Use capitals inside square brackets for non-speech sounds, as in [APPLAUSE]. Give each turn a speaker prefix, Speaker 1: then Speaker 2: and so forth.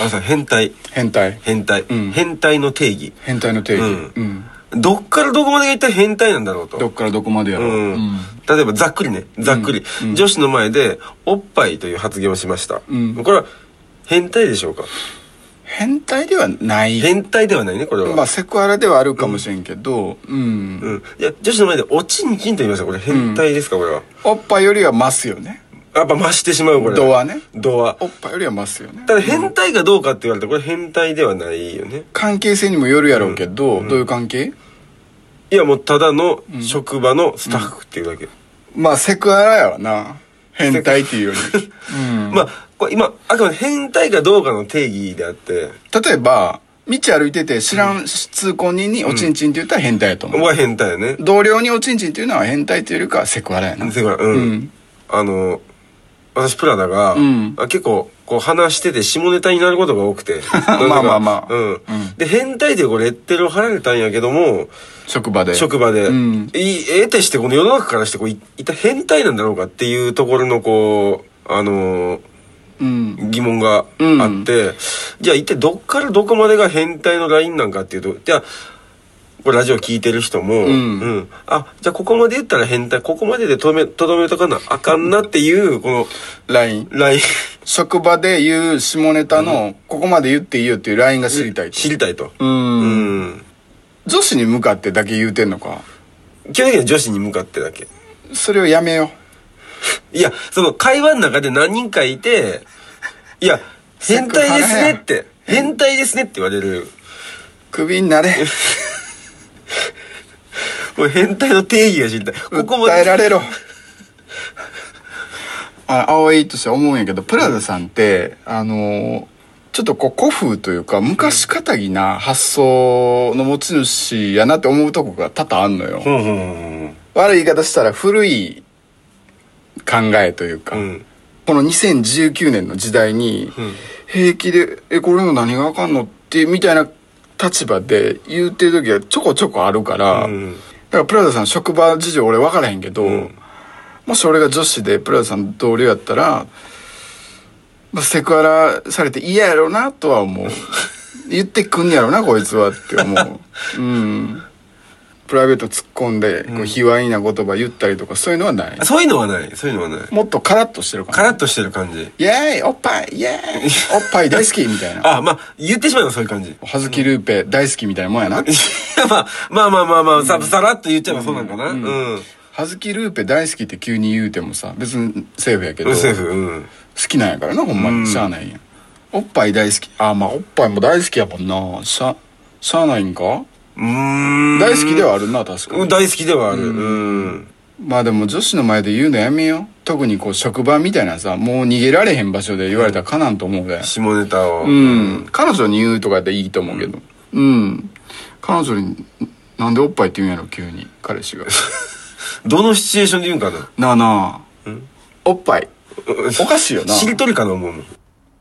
Speaker 1: あのさ変態
Speaker 2: 変態
Speaker 1: 変態、
Speaker 2: うん
Speaker 1: 変態の定義
Speaker 2: 変態の定義
Speaker 1: うん
Speaker 2: うん
Speaker 1: どっからどこまでが一体変態なんだろうと
Speaker 2: どっからどこまでやろう
Speaker 1: うん
Speaker 2: うん
Speaker 1: 例えばざっくりねざっくり、
Speaker 2: うん
Speaker 1: 女子の前で「おっぱい」という発言をしました、
Speaker 2: うん
Speaker 1: これは変態でしょうか
Speaker 2: 変態ではない
Speaker 1: 変態ではないねこれは、
Speaker 2: まあセクハラではあるかもしれんけどうん
Speaker 1: うん、いや女子の前で「おちんちん」と言いましたこれ変態ですか、これは
Speaker 2: おっぱいよりは増すよね
Speaker 1: やっぱ増してしまうこれ
Speaker 2: 度はね
Speaker 1: 度は
Speaker 2: おっぱいよりは増すよね
Speaker 1: ただ変態かどうかって言われたらこれ変態ではないよね
Speaker 2: 関係性にもよるやろうけど、どういう関係
Speaker 1: いやもうただの職場のスタッフっていうだけ、
Speaker 2: まあセクハラやわな変態っていうより、うん、
Speaker 1: まあこれ今あくまで変態かどうかの定義であって
Speaker 2: 例えば道歩いてて知らん通行人におちんちんって言ったら変態やと思う、
Speaker 1: 僕は変態やね
Speaker 2: 同僚におちんちんっていうのは変態っていうよりかはセクハラやな
Speaker 1: せやからうん、
Speaker 2: うん
Speaker 1: あの私プラダが、
Speaker 2: うん
Speaker 1: あ結構こう話してて下ネタになることが多くて
Speaker 2: [LAUGHS] まあまあまあ
Speaker 1: うん
Speaker 2: うん
Speaker 1: で変態でこうレッテルを貼られたんやけども
Speaker 2: 職場で
Speaker 1: 職場で、
Speaker 2: うん
Speaker 1: い得てしてこの世の中からしてこうい一体変態なんだろうかっていうところのこうあのー
Speaker 2: うん
Speaker 1: 疑問があって、じゃあ一体どっからどこまでが変態のラインなんかっていうとじゃあこれラジオ聞いてる人も、
Speaker 2: うん
Speaker 1: あじゃあここまで言ったら変態ここまででとめとどめとかなあかんなっていうこの
Speaker 2: LINE
Speaker 1: ライン [LAUGHS]
Speaker 2: 職場で言う下ネタのここまで言っていいよっていう LINE が知りたいと
Speaker 1: 知りたいと。
Speaker 2: う
Speaker 1: うんん
Speaker 2: 女子に向かってだけ言うてんのか
Speaker 1: 基本的には女子に向かってだけ。
Speaker 2: それをやめよ
Speaker 1: いや、その会話の中で何人かいて、いや、変態ですねって、変態ですねって言われる。
Speaker 2: うクビになれ
Speaker 1: これ変態の定義が知りたい。ここま
Speaker 2: 訴え
Speaker 1: で。
Speaker 2: られろ [LAUGHS] あ葵としては思うんやけどプラザさんってあのーちょっとこう古風というか昔かたぎな発想の持ち主やなって思うとこが多々あんのよ、
Speaker 1: うんうんうん
Speaker 2: 悪い言い方したら古い考えというか、
Speaker 1: うん。うん。
Speaker 2: この2019年の時代に
Speaker 1: ん
Speaker 2: 平気で「えこれの何があかんの?」ってみたいな立場で言うてる時がちょこちょこあるから、
Speaker 1: うん
Speaker 2: だからプラザさん職場事情俺分からへんけど、
Speaker 1: ん
Speaker 2: もし俺が女子でプラザさん同僚やったら、まあ、セクハラされて嫌やろなと
Speaker 1: [LAUGHS]
Speaker 2: は思う言ってくんやろなこいつはって思ううんプライベート突っ込んでこう卑猥な言葉言ったりとかそういうのはない
Speaker 1: そういうのはない。そういうのはない。
Speaker 2: もっとカラッとしてるか
Speaker 1: カ
Speaker 2: ら
Speaker 1: ラッとしてる感じ。
Speaker 2: イエーイおっぱい
Speaker 1: [LAUGHS]
Speaker 2: イエーイおっぱい大好きみたいな。
Speaker 1: あ、まあ、言ってしまえばそういう感じ。い [LAUGHS]
Speaker 2: 葉月ルーペ大好きみたいなもんやな。
Speaker 1: や、まあ、まあまあまあまあ、さ、さらっと言っちゃえばそうなんかな。うん。うん
Speaker 2: 葉月ルーペ大好きって急に言うてもさ、別にセーフやけど、
Speaker 1: セー
Speaker 2: 好
Speaker 1: フ、うん。
Speaker 2: きなんやからな、ほんまに。しゃあないやん。おっぱい大好き。あ、まあおっぱいも大好きやもんな。しゃ、しゃあないんか
Speaker 1: うーん。
Speaker 2: 大好きではあるな、確か
Speaker 1: うん
Speaker 2: に。
Speaker 1: 大好きではある。うん。
Speaker 2: まあでも女子の前で言うのやめよう。特にこう職場みたいなさ、もう逃げられへん場所で言われたらかなんと思うで。
Speaker 1: 下ネタを。
Speaker 2: うん。彼女に言うとかでいいと思うけど。うん。彼女に、なんでおっぱいって言うんやろ、急に。彼氏が。
Speaker 1: どのシチュエーションで言うんかな。
Speaker 2: なあなあ。おっぱい。
Speaker 1: うん
Speaker 2: おかしいよな。
Speaker 1: しりとりかな思うもん。